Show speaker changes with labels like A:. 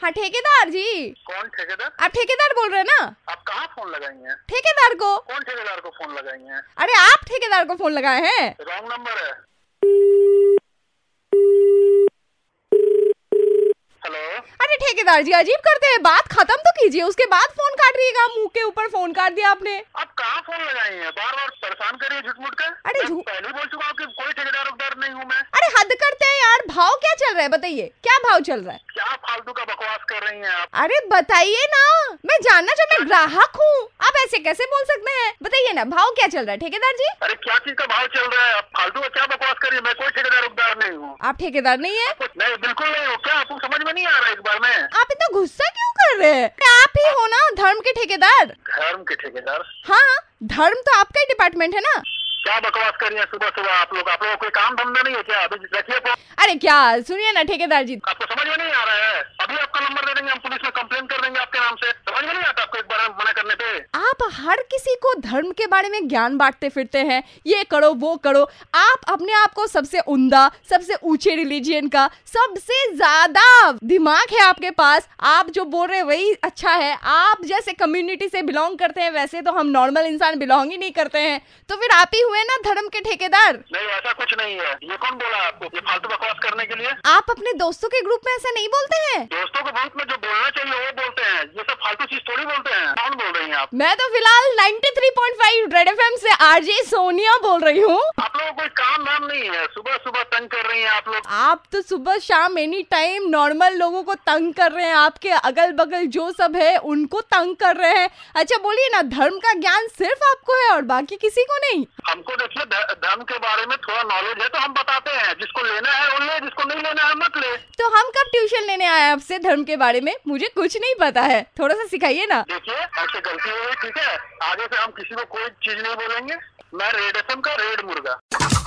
A: हाँ, ठेकेदार जी
B: कौन ठेकेदार
A: आप ठेकेदार बोल रहे हैं ना
B: आप कहाँ फोन लगाई हैं
A: ठेकेदार को
B: कौन ठेकेदार को फोन लगाई हैं
A: अरे आप ठेकेदार को फोन लगाए हैं
B: रॉन्ग नंबर है हेलो
A: अरे ठेकेदार जी अजीब करते हैं बात खत्म तो कीजिए उसके बाद फोन काट दिएगा मुंह के ऊपर फोन काट दिया आपने
B: आप कहाँ फोन लगाई हैं बार बार परेशान कर रही है झूठ मूठ कर
A: अरे
B: मैं
A: झूठ-
B: पहले ही बोल चुका हूँ कि कोई ठेकेदार उकदार नहीं हूँ मैं
A: अरे हद करते हैं यार भाव क्या चल रहा है बताइए क्या भाव चल रहा है
B: क्या फालतू का बकवास कर रही हैं आप
A: अरे बताइए ना मैं जानना चाह मैं ग्राहक हूँ आप ऐसे कैसे बोल सकते हैं बताइए ना भाव क्या चल रहा है ठेकेदार जी
B: अरे क्या चीज का भाव चल रहा है आप फालतू का क्या बकवास कर रही है मैं कोई ठेकेदार उकदार नहीं हूँ
A: आप ठेकेदार नहीं है
B: कुछ नहीं बिल्कुल नहीं हो क्या आपको समझ में नहीं आ रहा एक बार में
A: आप इतना गुस्सा क्यों कर रहे हैं अरे आप ही हो ना धर्म के ठेकेदार
B: धर्म के ठेकेदार
A: हाँ धर्म तो आपका ही डिपार्टमेंट है ना
B: क्या बकवास कर रही है सुबह सुबह आप लोग आप लोगों को कोई काम धंधा नहीं हो क्या अभी रखिए फोन
A: अरे क्या सुनिए ना ठेकेदार जी
B: आपको समझ में नहीं आ रहा है अभी आपका नंबर दे देंगे हम पुलिस में कंप्लेन कर देंगे आपके नाम से समझ में नहीं आता आपको एक बार हम मना करने पे
A: आप हर किसी को धर्म के बारे में ज्ञान बांटते फिरते हैं ये करो वो करो आप अपने आप को सबसे उमदा सबसे ऊंचे रिलीजियन का सबसे ज्यादा दिमाग है आपके पास आप जो बोल रहे हैं वही अच्छा है आप जैसे कम्युनिटी से बिलोंग करते हैं वैसे तो हम नॉर्मल इंसान बिलोंग ही नहीं करते हैं तो फिर आप ही हुए ना धर्म के ठेकेदार
B: नहीं ऐसा कुछ नहीं है ये कौन बोला आपको ये फालतू बकवास करने के लिए
A: आप अपने दोस्तों के ग्रुप में ऐसा नहीं बोलते हैं
B: दोस्तों को बहुत में जो बोलना चाहिए वो बोलते हैं ये सब फालतू चीज थोड़ी बोलते हैं कौन बोल रही हैं आप
A: मैं तो फिलहाल 93.5 रेड एफएम से आरजे सोनिया बोल रही हूँ
B: आप लोगों को कोई काम धाम नहीं है सुबह सुबह तंग कर रही हैं आप लोग
A: आप तो सुबह शाम एनी टाइम नॉर्मल लोगों को तंग कर रहे हैं आपके अगल बगल जो सब है उनको तंग कर रहे हैं अच्छा बोलिए ना धर्म का ज्ञान सिर्फ आपको है और बाकी किसी को नहीं
B: हमको देखिए ध- धर्म के बारे में थोड़ा नॉलेज है तो हम बताते हैं जिसको लेना है वो ले जिसको नहीं लेना है मत ले
A: तो हम कब ट्यूशन लेने आए हैं आपसे धर्म के बारे में मुझे कुछ नहीं पता है थोड़ा सा सिखाइए ना
B: देखिए आपसे गलती हो गई ठीक है आगे से हम किसी को कोई चीज नहीं बोलेंगे मैं रेड एफ का रेड मुर्गा